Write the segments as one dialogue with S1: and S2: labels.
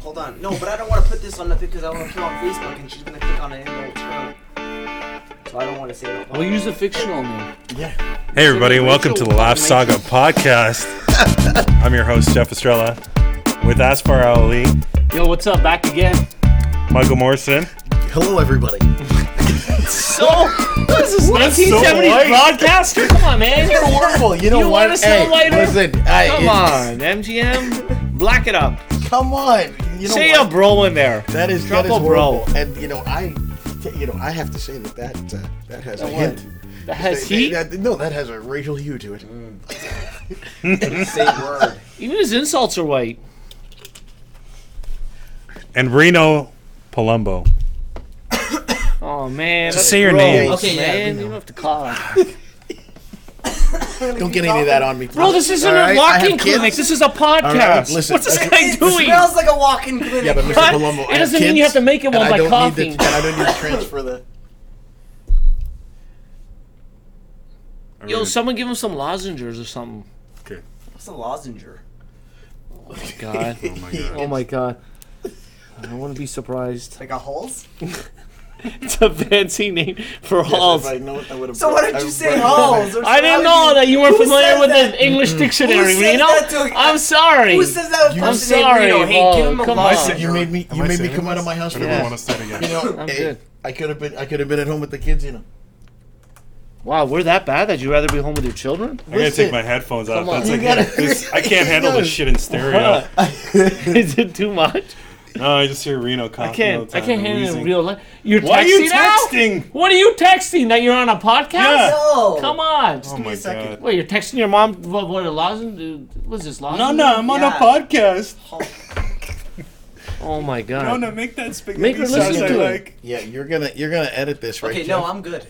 S1: Hold on. No, but I don't want to put this on the because I want to put it on Facebook and she's gonna click on it and it'll turn. So I don't want to say that.
S2: We'll use the fictional name.
S3: Hey, everybody, and welcome to the Laugh Saga podcast. I'm your host, Jeff Estrella, with Asfar Ali,
S2: Yo, what's up? Back again.
S3: Michael Morrison.
S4: Hello, everybody.
S2: So this is
S3: light.
S2: 1970s broadcaster. Come on, man. You're
S4: Horrible. You know
S2: You
S4: what?
S2: want us to lighter?
S4: listen. I,
S2: Come
S4: it's-
S2: on, MGM. Black it up.
S4: Come on. You know
S2: Say
S4: what?
S2: a bro in there.
S4: That is that is
S2: Trouble, bro.
S4: horrible. And you know I, you know I have to say that that uh, that has a
S2: what?
S4: hint.
S2: That has Mm.
S4: They- they-
S2: heat.
S4: that- no, that has a racial hue to it.
S1: Say word.
S2: Even his insults are white.
S3: And Reno Palumbo.
S2: Oh man.
S3: Just say your name.
S2: Okay,
S1: Okay, yeah,
S2: man.
S1: we
S2: You
S1: know.
S2: don't have to call. him.
S4: Don't get any of that on me,
S2: Bro, this isn't
S4: All right,
S2: a
S4: I
S2: walking
S4: have
S2: clinic.
S4: kids.
S2: This is a podcast.
S4: listen,
S2: What's this
S4: okay.
S2: guy doing?
S1: smells like a walk-in clinic.
S4: Yeah, but Mr.
S2: What?
S4: Palumbo,
S2: It
S4: I have
S2: doesn't mean you
S4: kids,
S2: have to make it
S4: and
S2: one
S4: I
S2: by
S4: don't
S2: coughing.
S4: Need to, and I don't need to transfer the.
S2: Yo, someone give him some lozenges or something.
S3: Okay.
S1: What's a lozenger?
S2: God.
S3: Oh my God.
S2: Oh my god. I wouldn't be surprised.
S1: Like a hulls?
S2: It's a fancy name for halls.
S4: If I know it, I would have.
S1: So why did you say hulls? Or
S2: I didn't
S1: something?
S2: know that you weren't
S1: Who
S2: familiar
S1: says
S2: with
S1: that?
S2: the English dictionary,
S1: Who says
S2: you know?
S1: that to a-
S2: I'm sorry.
S1: Who says that?
S2: I'm sorry,
S1: Hey, give
S2: Paul,
S1: him a
S2: come
S1: lozenge.
S2: on.
S4: You made me. You
S3: I
S4: made me
S3: saying
S4: come out of
S3: this?
S4: my house for
S3: I
S2: Yeah.
S3: don't want to start again.
S4: this. You know,
S2: I'm
S4: hey,
S2: good.
S4: I could have been. I could have been at home with the kids. You know.
S2: Wow, we're that bad that you'd rather be home with your children?
S3: I gotta
S4: listen.
S3: take my headphones off.
S2: Come on.
S3: That's
S2: You
S3: like,
S4: gotta-
S3: this, I can't handle this shit in stereo.
S2: Huh. Is it too much?
S3: No, I just hear Reno coughing.
S2: I can't.
S3: all the
S2: I
S3: time
S2: can't
S3: and
S2: handle it in
S3: wheezing. Oh
S2: real life. You're texting
S3: Why are you
S2: now?
S3: texting?
S2: What are you texting? That you're on a podcast?
S3: Yeah.
S1: No.
S2: Come on. Just
S3: Oh
S2: give me-
S3: my
S4: second.
S3: god.
S2: Wait, you're texting your mom? What? What? A lozenge? What's this lozenge?
S3: No, no, I'm on
S1: Yeah.
S3: a podcast.
S2: Oh my god.
S3: No, no, make that spaghetti
S2: Make her
S3: sauce
S2: listen
S3: I
S2: to it.
S3: like.
S4: Yeah, you're gonna. You're gonna edit this, right?
S1: Okay,
S4: Jeff?
S1: no, I'm good.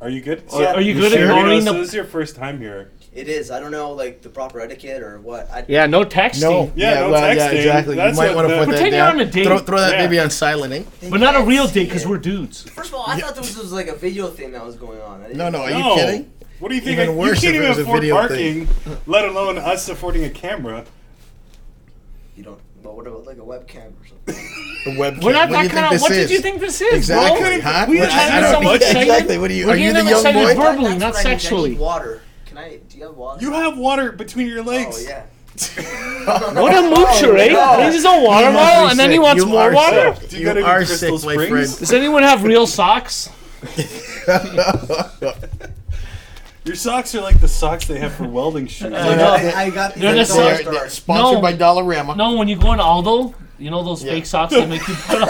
S3: Are you good?
S2: Are, are you
S4: You
S2: good at
S4: sure?
S3: Reno,
S2: lowering
S3: so
S2: the?
S3: this is your first time here.
S1: It is. I don't know like the proper etiquette or what. I,
S2: Yeah, no texting.
S4: No.
S3: Yeah, no texting.
S4: exactly.
S3: That's
S4: you might
S3: what
S4: want to
S3: the-
S4: put
S3: We're
S4: that
S2: taking her
S4: down.
S2: on a date.
S4: Throw, throw that
S3: Yeah.
S4: maybe on silent, eh?
S2: But not a real date because we're dudes.
S1: First of all, I thought this was like a video thing that was going on. I didn't-
S4: No, no. Are
S3: No.
S4: you kidding?
S3: What do you think?
S4: Even
S3: I- you
S4: worse
S3: can't
S4: if it
S3: even
S4: was a
S3: afford
S4: video
S3: parking, let alone us affording a camera.
S1: You don't. But what about like a webcam or something?
S4: The webcam.
S2: We're not that
S4: what do you think
S2: kind of.
S4: this
S2: What
S4: is?
S2: did you think this is, bro?
S4: Exactly,
S3: Well,
S4: huh?
S3: we
S4: What-
S3: just
S4: I
S3: had
S4: don't
S3: so
S4: know.
S3: much
S4: Yeah,
S2: excitement.
S4: Exactly. What are you?
S2: We're
S4: Are you
S2: getting
S4: the
S2: them
S4: young
S2: excited
S4: boy?
S2: verbally,
S1: That's
S2: not
S1: what I need. I need
S2: sexually.
S1: water. Can I? Do you have water?
S3: You have water between your legs.
S1: Oh yeah.
S2: What a moocher, eh? Brings his own water
S4: Oh, You must
S2: bottle
S4: be
S2: and then he
S4: sick.
S2: wants
S4: You
S2: more
S4: are
S2: water.
S4: sick.
S3: Do you
S4: You,
S3: gotta do
S4: are
S3: Crystal
S4: sick, my
S3: Springs?
S4: friend.
S2: Does anyone have real socks?
S3: Your socks are like the socks they have for welding shoes. Like,
S2: know.
S1: I, I got
S2: You're
S1: the
S2: just
S1: dollar
S2: like-
S4: They're,
S1: store.
S4: they're sponsored
S2: No.
S4: by Dollarama.
S2: No, when you go in Aldo, you know those
S4: Yeah.
S2: fake socks they make you put on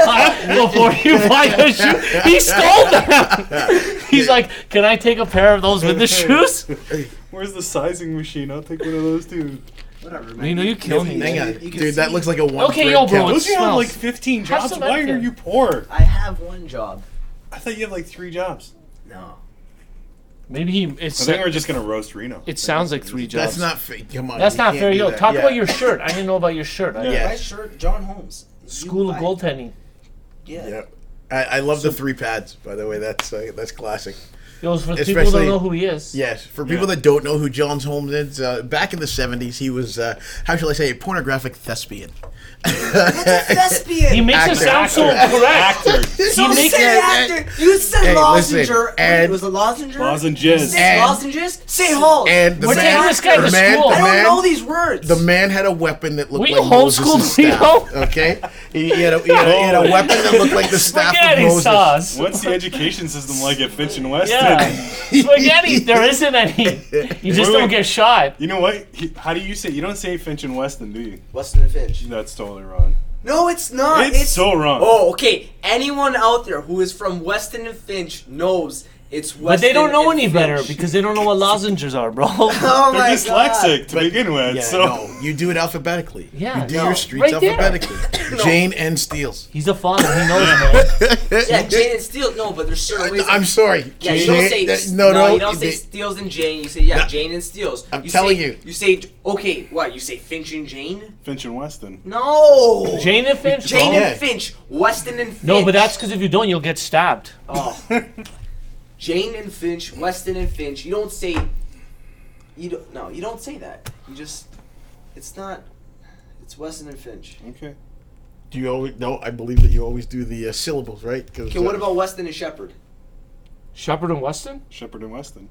S2: before you buy a shoe? He stole them! He's like, can I take a pair of those with the shoes?
S3: Where's the sizing machine? I'll take one of those too.
S1: Whatever, man.
S2: You know, you kill me.
S4: Hang on,
S1: You can
S4: dude.
S1: see-
S4: That looks like a one.
S2: Okay,
S4: thread
S2: yo, bro,
S4: count.
S2: it's-
S3: Don't you have
S2: smells.
S3: like 15
S2: Have
S3: jobs?
S2: some
S3: Why are
S2: etiquette.
S3: you poor?
S1: I have one job.
S3: I thought you had like three jobs.
S1: No.
S2: Maybe he. It's,
S3: I think we're just gonna roast Reno.
S2: it sounds like three jobs.
S4: That's not fair. Come on.
S2: That's
S4: you
S2: not
S4: can't
S2: fair.
S4: do
S2: Yo,
S4: that.
S2: talk
S4: Yeah.
S2: about your shirt. I didn't know about your shirt. I
S3: Yeah.
S1: My shirt, John Holmes. You
S2: School of
S1: buy-
S2: goaltending.
S1: Yeah.
S4: Yeah. I, I love the three pads, by the way. That's uh, that's classic.
S2: It was for people that
S4: Especially-
S2: know who he is.
S4: Yes, for
S3: Yeah.
S4: people that don't know who John Holmes is, uh, back in the '70s, he was uh, how shall I say, a pornographic thespian.
S1: That's a thespian.
S2: He makes it
S4: Actor,
S2: sound so
S3: actor.
S2: correct.
S3: Actor.
S1: so
S2: makes-
S1: say
S4: and-
S1: after. You said
S4: Hey, listen,
S1: lozenger. Wait,
S4: and-
S1: it was a lozenger.
S3: Lozenges.
S1: Say
S4: And-
S1: lozenges. Say hulls.
S4: And the
S2: We're
S4: man,
S2: taking this guy
S4: the
S2: to
S4: man,
S2: school.
S4: The
S1: I don't
S4: man,
S1: know these words.
S4: the man had a weapon that looked
S2: Will you
S4: like Moses'
S2: homeschool
S4: staff. Okay, he, he had a, he, had a, he had a
S3: Oh.
S4: weapon that looked like the staff of
S2: Spaghetti
S4: Moses.
S2: sauce.
S3: What's the education system like at Finch and Weston?
S2: Yeah. Spaghetti. There isn't any. You just don't
S3: Wait, wait.
S2: get shot.
S3: You know what? He- how do you say? You don't say Finch and Weston, do you?
S1: Weston and Finch.
S3: That's totally wrong.
S1: No, it's
S2: Uh,
S1: not.
S3: It's so wrong.
S1: Oh, okay. Anyone out there who is from Weston and Finch knows it's Weston.
S2: But they don't know
S1: and
S2: any better
S1: Finch.
S2: because they don't know what lozenges are, bro.
S1: oh
S3: They're
S1: my
S3: dyslexic to
S4: But-
S3: begin with.
S4: Yeah,
S3: so
S4: no, you do it alphabetically.
S2: Yeah,
S4: you do
S2: no,
S4: your streets
S2: right there.
S4: alphabetically. Jane and Steels.
S2: He's a father. He knows, man.
S1: God. Yeah, Jane and Steele. No, but there's certain ways.
S4: I'm sorry.
S1: yeah, you don't say
S4: that- no, no.
S1: You don't say
S4: they-
S1: Steels and Jane. You say yeah,
S4: No.
S1: Jane and Steels.
S4: I'm
S1: you
S4: telling
S1: say,
S4: you.
S1: You say okay. What you say? Finch and Jane?
S3: Finch and Weston.
S1: No.
S2: Jane and Finch.
S1: Jane
S2: bro.
S4: Yeah.
S1: and Finch. Weston and Finch.
S2: No, but that's because if you don't, you'll get stabbed.
S1: Oh. Jane and Finch, Weston and Finch. You don't say. You don't. No, you don't say that. You just. It's not. It's Weston and Finch.
S3: Okay.
S4: Do you always? No, I believe that you always do the uh, syllables, right? Cause,
S1: Okay, what
S4: uh,
S1: about Weston and Shepard?
S2: Shepherd and Weston?
S3: Shepherd and Weston.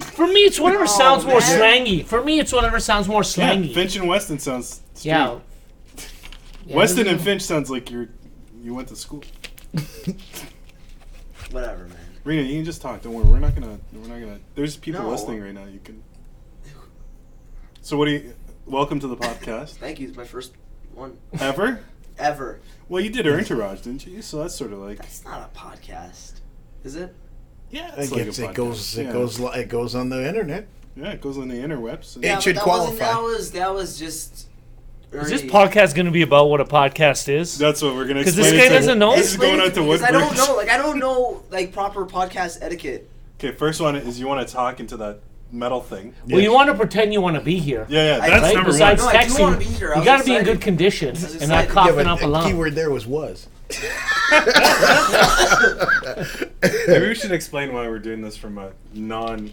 S2: For me, it's whatever
S1: Oh,
S2: sounds more
S1: man.
S2: slangy. For me, it's whatever sounds more
S3: Yeah,
S2: slangy.
S3: Finch and Weston sounds. Street.
S2: Yeah. Yeah,
S3: Weston
S2: this
S3: and
S2: is-
S3: Finch sounds like you're you went to school.
S1: Whatever, man.
S3: Rena, you can just talk. Don't worry. We're not gonna. We're not gonna. There's people
S1: No.
S3: listening right now. You can. So what do you? Welcome to the podcast.
S1: Thank you. It's my first one
S3: Ever?
S1: ever.
S3: Well, you did her entourage, didn't you? So that's sort of like.
S1: That's not a podcast, is it?
S3: Yeah,
S4: It,
S3: it's like
S4: gets,
S3: a
S4: it goes.
S3: podcast.
S4: It
S3: yeah.
S4: goes. li- It goes on the internet.
S3: Yeah, it goes on the interwebs. And
S4: Yeah.
S1: but
S4: should
S1: that wasn't-
S4: qualify.
S1: That was that was just.
S2: Is this
S1: Ernie.
S2: podcast going to be about what a podcast is?
S3: That's what we're gonna.
S2: 'Cause
S3: Because
S2: this guy doesn't know?
S3: This is
S1: Explain
S3: going
S1: it
S3: out to
S1: me, 'cause I don't
S3: Woodbridge.
S1: know. Like I don't know like proper podcast etiquette.
S3: Okay, first one is you want to talk into that metal thing.
S2: Well, you want to pretend you want to be here.
S3: Yeah,
S1: I-
S3: yeah, that's
S2: Right?
S3: number
S2: Besides
S3: one.
S1: No, I do
S2: texting,
S1: wanna be here. I
S2: you
S1: was
S2: got to be in
S1: excited.
S2: good condition
S1: was
S2: and not
S1: excited.
S4: Yeah,
S2: coughing
S4: but
S2: up a
S4: the
S2: lung.
S4: keyword there was was.
S3: Maybe we should explain why we're doing this from a non.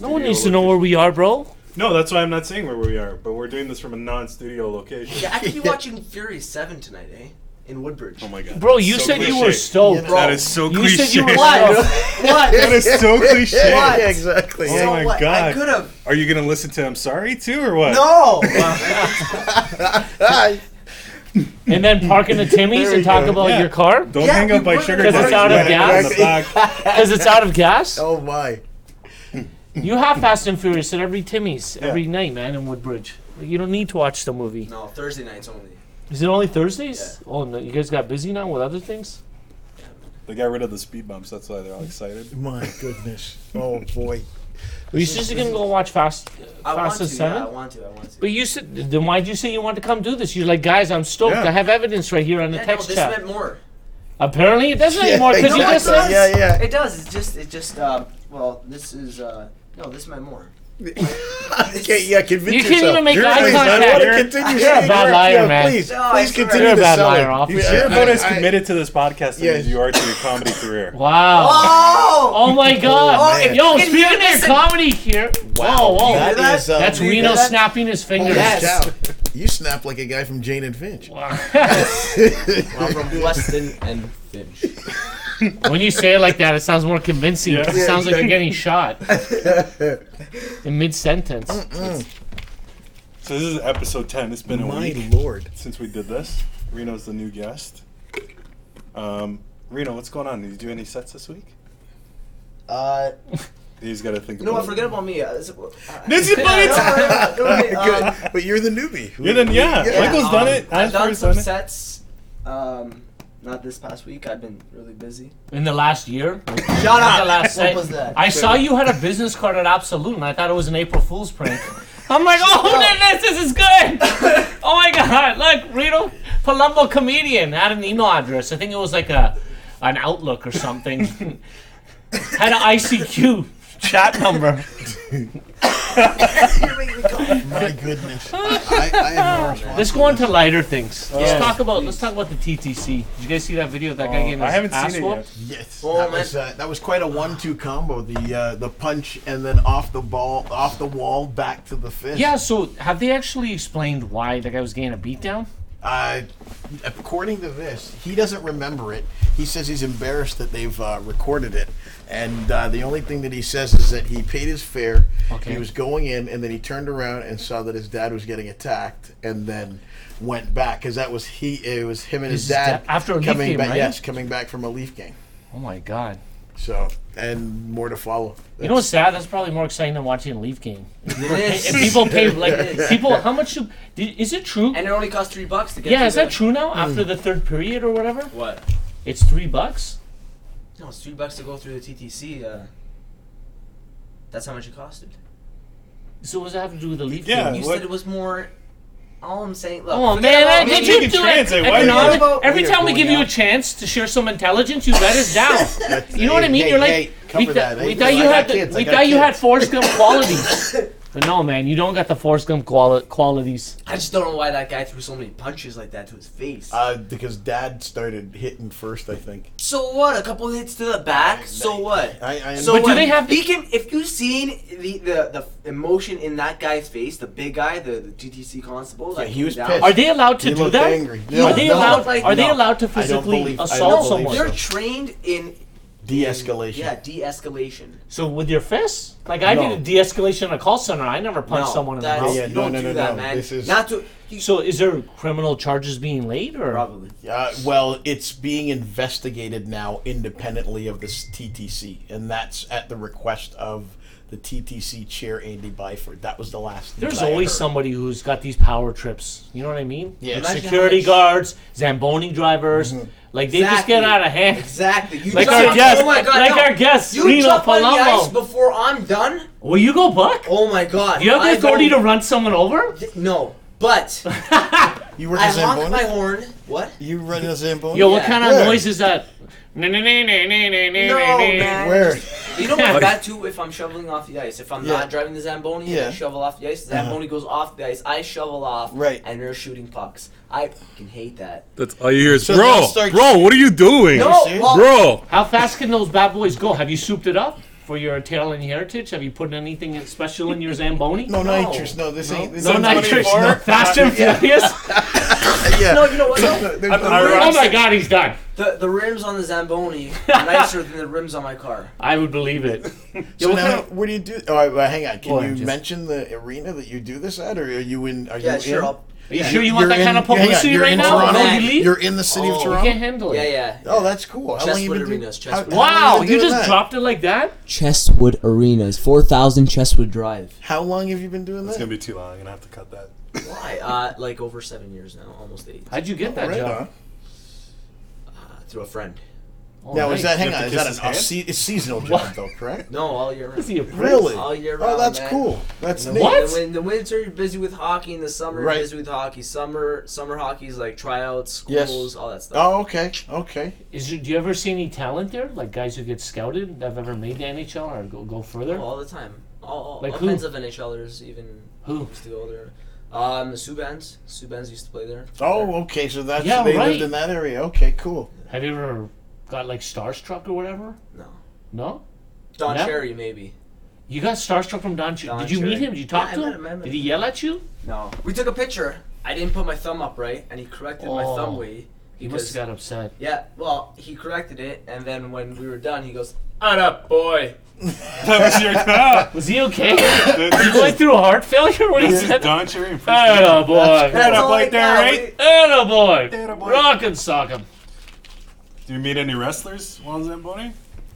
S2: No one needs to know where we are, bro.
S3: No, that's why I'm not saying where we are, but we're doing this from a non-studio location.
S1: Yeah, I could be watching Fury Seven tonight, eh? In Woodbridge.
S3: Oh my god,
S2: Bro,
S3: that's
S2: you
S3: so
S2: said you
S3: cliche.
S2: were stoked.
S4: Yeah.
S5: That is so
S2: You
S5: cliche.
S2: said you were
S1: What?
S2: stoked.
S3: That
S1: what?
S3: is so cliche.
S4: Yeah, yeah, exactly.
S3: Oh
S4: yeah.
S3: my
S1: what? I
S3: God.
S1: could have.
S3: Are you gonna listen to I'm sorry too or what?
S1: No.
S4: Ah,
S2: And then park in the Timmy's
S4: There
S2: and
S4: you
S2: talk
S4: go.
S2: about
S3: Yeah.
S2: your car
S3: Don't
S1: Yeah,
S3: hang
S1: we
S3: up my
S1: would.
S3: sugar
S1: 'Cause it's
S3: daddy
S2: out of
S3: right
S2: gas.
S3: in the back.
S2: because it's out of gas.
S4: oh my.
S2: You have Fast and Furious at every Timmy's every night, man, in Woodbridge. You don't need to watch the movie.
S1: no, Thursday nights only.
S2: Is it only Thursdays? Oh, no, you guys got busy now with other things.
S3: They got rid of the speed bumps, that's why they're all excited.
S4: My goodness. Oh boy.
S2: Are you just gonna go watch Fast
S1: I want
S2: Fast
S1: to.
S2: and Seven?
S1: Yeah, I want to. I want to.
S2: But you said, then why'd you say you want to come do this? You're like, guys, I'm stoked.
S3: Yeah.
S2: I have evidence right here on the
S1: Yeah, no,
S2: text
S1: this
S2: chat.
S1: meant more.
S2: Apparently, it doesn't
S4: Yeah,
S2: anymore because
S1: No,
S2: you
S1: it
S2: just
S4: exactly.
S2: said.
S1: does.
S4: Yeah, yeah.
S1: It does. It's just. It just. Um, well, this is. Uh, no, this meant more.
S4: Yeah, yeah, convince
S2: You can't
S4: yourself.
S2: even make
S4: You're
S2: eye
S4: please, I
S2: contact.
S4: want to
S2: You're-
S4: continue
S2: you're a
S4: saying
S2: bad
S4: that.
S2: liar,
S4: Yeah,
S2: man.
S4: Please,
S1: No, I
S4: please
S1: swear.
S4: continue
S2: You're a
S4: to
S2: bad
S4: sell
S2: liar,
S4: it.
S2: off.
S4: You-
S3: You're
S4: yeah,
S3: about as
S4: I-
S3: committed to this podcasting
S4: Yeah.
S3: as you are to your comedy career.
S2: Wow.
S1: Oh.
S2: Oh my god.
S1: Oh,
S4: man.
S2: Yo,
S1: Can you
S2: speaking of
S1: listen?
S2: comedy here. Wow. Whoa, whoa.
S1: That-
S4: That is, um,
S2: That's
S1: you
S2: Reno
S1: hear that?
S2: snapping his fingers.
S4: holy
S1: Yes.
S4: cow. You snap like a guy from Jane and Finch.
S1: I'm from Weston and Finch.
S2: when you say it like that, it sounds more convincing.
S3: Yeah.
S2: It
S3: Yeah,
S2: sounds like you're getting shot in mid sentence.
S3: So this is episode ten. It's been a
S4: My
S3: week
S4: lord.
S3: since we did this. Reno's the new guest. Um Reno, what's going on? Did you do any sets this week?
S1: Uh,
S3: He's gotta think
S1: you know
S3: about
S1: what? Forget about me. Uh, this, uh,
S3: This is funny
S1: no,
S3: time.
S1: no, no, no, no, wait,
S4: Good.
S1: um,
S4: but you're the newbie.
S3: Yeah, then, yeah.
S4: Yeah.
S3: Michael's done
S1: um,
S3: it.
S1: I've done
S3: Asper's
S1: some
S3: done it.
S1: sets. Um, not this past week. I've been really busy.
S2: In the last year?
S1: Shut
S2: The last
S1: What
S2: set.
S1: was that?
S2: I saw you had a business card at Absolute and I thought it was an April Fool's prank. I'm like, oh, this, this is good. oh my god, look, Rito Palumbo comedian had an email address. I think it was like a an Outlook or something. had an ICQ chat number.
S4: My goodness. I, I am more responsible.
S2: Let's go on to lighter things. Let's
S3: Yeah.
S2: talk about let's talk about the TTC. Did you guys see that video of that guy getting his
S3: Oh, I haven't
S2: ass
S3: seen it
S2: whooped?
S3: yet.
S4: Yes,
S1: Oh,
S4: that
S1: man.
S4: was uh, that was quite a one-two combo. The uh, the punch and then off the ball, off the wall, back to the fist.
S2: Yeah, so have they actually explained why the guy was getting a beatdown?
S4: Uh, according to this, he doesn't remember it. He says he's embarrassed that they've uh, recorded it, and uh, the only thing that he says is that he paid his fare.
S2: Okay.
S4: He was going in, and then he turned around and saw that his dad was getting attacked, and then went back because that was he. It was him and his,
S2: His
S4: dad
S2: da- after a Leaf
S4: coming
S2: game,
S4: back.
S2: right?
S4: Yes, coming back from a Leaf game.
S2: Oh my god.
S4: So and more to follow.
S2: You know what's sad? That's probably more exciting than watching a Leaf game.
S1: This.
S2: If people pay
S1: It
S2: like
S1: is.
S2: people, how much? Do, did, is it true?
S1: And it only costs three bucks to get.
S2: yeah,
S1: to
S2: is that
S1: the-
S2: true
S4: Hmm.
S2: now? After the third period or whatever,
S1: What?
S2: it's three bucks.
S1: No, it's three bucks to go through the TTC. Uh, that's how much it costed.
S2: So what does that have to do with the Leaf
S4: Uh,
S3: Yeah.
S2: game?
S1: You
S3: What?
S1: said it was more. All I'm saying. Look,
S2: Oh
S1: forget
S2: man,
S1: about
S2: I,
S1: me.
S2: did
S3: you
S2: you
S3: can
S2: do it?
S3: translate. Why
S1: do you-
S2: Economic-
S1: Well, we
S2: every
S4: are
S2: time we
S4: going
S2: give you a
S4: out.
S2: chance to share some intelligence, you let us down. you know what I
S4: Hey,
S2: mean?
S4: hey,
S2: You're like
S4: hey,
S2: we,
S4: cover
S2: thought-
S4: that, eh?
S2: we thought
S4: I
S2: you
S4: got
S2: had the,
S4: kids, I
S2: we
S4: got
S2: thought you had
S4: kids.
S2: Forrest Gump qualities. But no, man, you don't got the Forrest Gump quali- qualities.
S1: I just don't know why that guy threw so many punches like that to his face.
S4: Uh, because Dad started hitting first, I think.
S1: so what? A couple hits to the back. So what?
S4: I, I
S1: So
S2: But do
S1: what?
S2: they have-
S1: He can. If you've seen the, the the emotion in that guy's face, the big guy, the, the GTC constable, like
S4: he was
S1: down-
S4: pissed.
S2: Are they allowed to
S4: He
S2: do
S4: looked
S2: that?
S4: angry.
S2: are
S4: No,
S2: they
S1: no,
S2: allowed?
S1: like,
S2: are they
S1: no.
S2: allowed to
S4: don't
S2: physically
S4: believe- I don't
S2: assault
S4: believe
S2: someone?
S4: so.
S1: They're trained in
S4: de-escalation.
S1: yeah de-escalation.
S2: So with your fists? Like I
S4: No.
S2: did a de-escalation in a call center. I never punched
S1: No,
S2: someone in the
S1: that's-
S2: mouth.
S4: Yeah, yeah,
S1: you
S4: no,
S1: don't
S4: no,
S1: do
S4: no,
S1: that,
S4: no.
S1: man.
S4: This is-
S1: not to. You,
S2: So is there criminal charges being laid or?
S1: probably.
S4: Uh, well, it's being investigated now independently of this TTC, and that's at the request of the TTC chair Andy Byford. That was the last. news
S2: There's
S4: I had
S2: always
S4: heard.
S2: somebody who's got these power trips. You know what I mean?
S4: Yeah. Mm-hmm.
S2: Like
S4: Imagine
S2: Security
S1: how much-
S2: guards, Zamboni drivers, like they just
S1: Exactly.
S2: get out of hand.
S1: Exactly. You
S2: Like
S1: jump-
S2: our guest-
S1: Oh my god.
S2: like
S1: no.
S2: our guest,
S1: You
S2: Reno
S1: jump on the
S2: Palumbo.
S1: ice before I'm done.
S2: Will you go buck?
S1: Oh my god.
S2: you have the
S1: I
S2: authority to
S1: don't-
S2: run someone over?
S1: No, but
S4: You were
S1: I
S4: a
S1: honk my
S4: Zamboni.
S1: horn. What?
S4: You run a Zamboni.
S2: Yo, what
S1: Yeah.
S2: kind of
S4: Yeah.
S2: noise is that? No, man.
S1: man.
S4: Where?
S1: You know what? That too. If I'm shoveling off the ice, if I'm
S4: Yeah.
S1: not driving the Zamboni, and
S4: Yeah. Uh-huh.
S1: I shovel off the ice. The Zamboni goes off the ice. I shovel off.
S4: Right.
S1: And they're shooting pucks. I fucking hate that.
S5: That's all you hear is,
S4: So
S5: bro,
S4: they'll start-
S5: bro, what are you doing?
S1: No,
S4: serious?
S1: well,
S5: Bro,
S2: How fast can those bad boys go? Have you souped it up for your Italian heritage? Have you put anything in- special in your Zamboni?
S4: No
S1: No.
S4: nitrous. No, this ain't. This
S2: No
S4: ain't
S2: nitrous,
S4: 24.
S2: no fast and furious.
S4: Yeah.
S1: No, you know what? though?
S4: There's no-
S1: I-
S2: Oh my God, he's done.
S1: The the rims on the Zamboni are nicer than the rims on my car.
S2: I would believe it.
S4: So
S2: what
S4: now,
S2: kind
S4: what do you do? Oh, uh, hang on. Can
S2: Well,
S4: you
S2: I'm just-
S4: mention the arena that you do this at, or are you in? Are
S1: Yeah,
S4: you
S1: sure.
S4: in?
S1: I'll,
S2: Are you sure you want
S4: You're
S2: that kind of
S4: in- hang on,
S2: publicity
S4: you're
S2: right
S4: in
S2: now?
S4: Toronto?
S2: before
S1: man.
S2: you leave?
S4: You're in the city of
S1: Oh,
S2: You can't
S4: Toronto.
S2: handle it.
S1: yeah, yeah.
S4: Oh, that's cool. How long you
S1: Chestwood
S4: been doing?
S1: Arenas,
S4: how-
S1: Chestwood.
S4: how long
S2: Wow,
S4: been
S2: you
S4: doing
S2: just
S4: that?
S2: dropped it like that?
S1: Chestwood Arenas, 4,000 Chestwood Drive.
S4: How long have you been doing
S5: it's
S4: that?
S5: gonna be too long. I'm gonna have to cut that.
S1: Why? Uh, like over seven years now, almost eight.
S2: How'd you get that
S4: Right
S2: job?
S4: on.
S1: Uh, through a friend.
S2: Oh,
S4: Now is
S2: nice.
S4: that hang
S3: You
S4: on?
S3: have
S4: Is
S3: to
S4: that
S3: kiss his
S4: an
S3: hand?
S4: off se- it's seasonal job though? Correct.
S1: No, all year
S2: Is he
S1: round.
S2: a prick?
S4: Really?
S1: All year
S4: Oh,
S1: round,
S4: that's
S1: man.
S4: cool. That's neat.
S2: What?
S1: In the, in the winter, you're busy with hockey. In the summer,
S4: Right.
S1: you're busy with hockey. Summer, summer hockey is like tryouts,
S4: Yes.
S1: schools, all that stuff.
S4: Oh, okay. Okay.
S2: Is there, do you ever see any talent there? Like guys who get scouted that have ever made the NHL or go, go further?
S1: All the time. All, all,
S2: Oh. Like
S1: all
S2: who?
S1: kinds of NHLers, even
S2: Who?
S1: used to go there. Um, Subans. Subans used to play there.
S4: Oh, okay. So that's
S2: Yeah,
S4: they
S2: right.
S4: lived in that area. Okay, cool.
S2: Have you ever got like starstruck or whatever?
S1: No.
S2: No?
S1: Don
S2: No?
S1: Cherry, maybe.
S2: You got starstruck from Don, Ch-
S1: Don
S2: Did you meet
S1: Cherry.
S2: him? Did you talk
S1: Yeah, I
S2: to
S1: met
S2: him?
S1: him, I met
S2: Did he
S1: him.
S2: yell at you?
S1: No. We took a picture. I didn't put my thumb up right, and he corrected my
S2: Oh.
S1: thumb way.
S2: He must have got upset.
S1: Yeah, well, he corrected it, and then when we were done, he goes, "Shut up, boy."
S3: That was your cop.
S2: Was he okay? Did he
S3: This
S2: going through a heart failure when he
S3: is
S2: said that?
S3: Don Cherry.
S2: Oh boy.
S3: Shut up
S1: all
S3: right
S1: I
S3: there,
S1: got.
S3: right?
S2: Oh boy.
S3: Atta boy.
S2: Rock and sock him.
S3: Do you meet any wrestlers while Zamboni?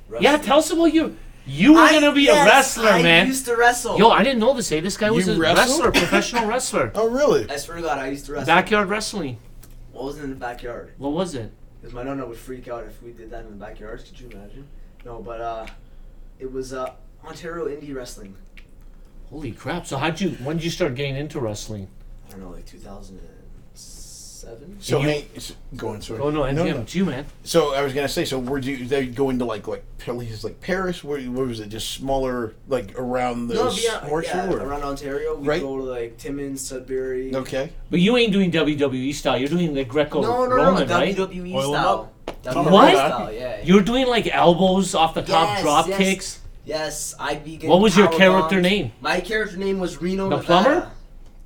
S1: We-
S2: Yeah, tell us about you. You were
S1: I-
S2: going to be
S1: yes,
S2: a wrestler,
S1: I
S2: man.
S1: used to wrestle.
S2: Yo, I didn't know this. Hey, this guy was
S4: You
S2: a
S4: wrestled?
S2: wrestler, professional wrestler.
S4: Oh, really?
S1: I swear to God, I used to wrestle.
S2: Backyard wrestling.
S1: I was in the backyard
S2: What was it?
S1: because my nonna would freak out if we did that in the backyard. Could you imagine? No, but uh, it was uh, Ontario indie wrestling.
S2: Holy crap! So how'd you? When did you start getting into wrestling?
S1: I don't know, like 2007.
S4: So
S2: You-
S4: hey, s- go on, sorry.
S2: Oh no,
S4: no,
S2: MGM,
S4: no.
S2: you man.
S4: So I was gonna say, so where do you they go into like like places like Paris? Where, where was it? Just smaller, like around the
S1: No,
S4: s-
S1: yeah,
S4: horseshoe?
S1: yeah,
S4: or-
S1: around Ontario, we
S4: Right.
S1: go to like Timmins, Sudbury.
S4: Okay.
S2: But you ain't doing WWE style. You're doing
S1: No, no,
S2: the
S1: no,
S2: Greco-Roman, right?
S1: WWE
S3: Oil 'em
S1: style. WWE
S2: What?
S1: Style, yeah.
S2: You're doing like elbows off the top,
S1: Yes,
S2: drop
S1: yes.
S2: kicks.
S1: Yes, I began.
S2: What was your
S1: power
S2: character
S1: bombed.
S2: name?
S1: My character name was Reno.
S2: The
S1: Nevada.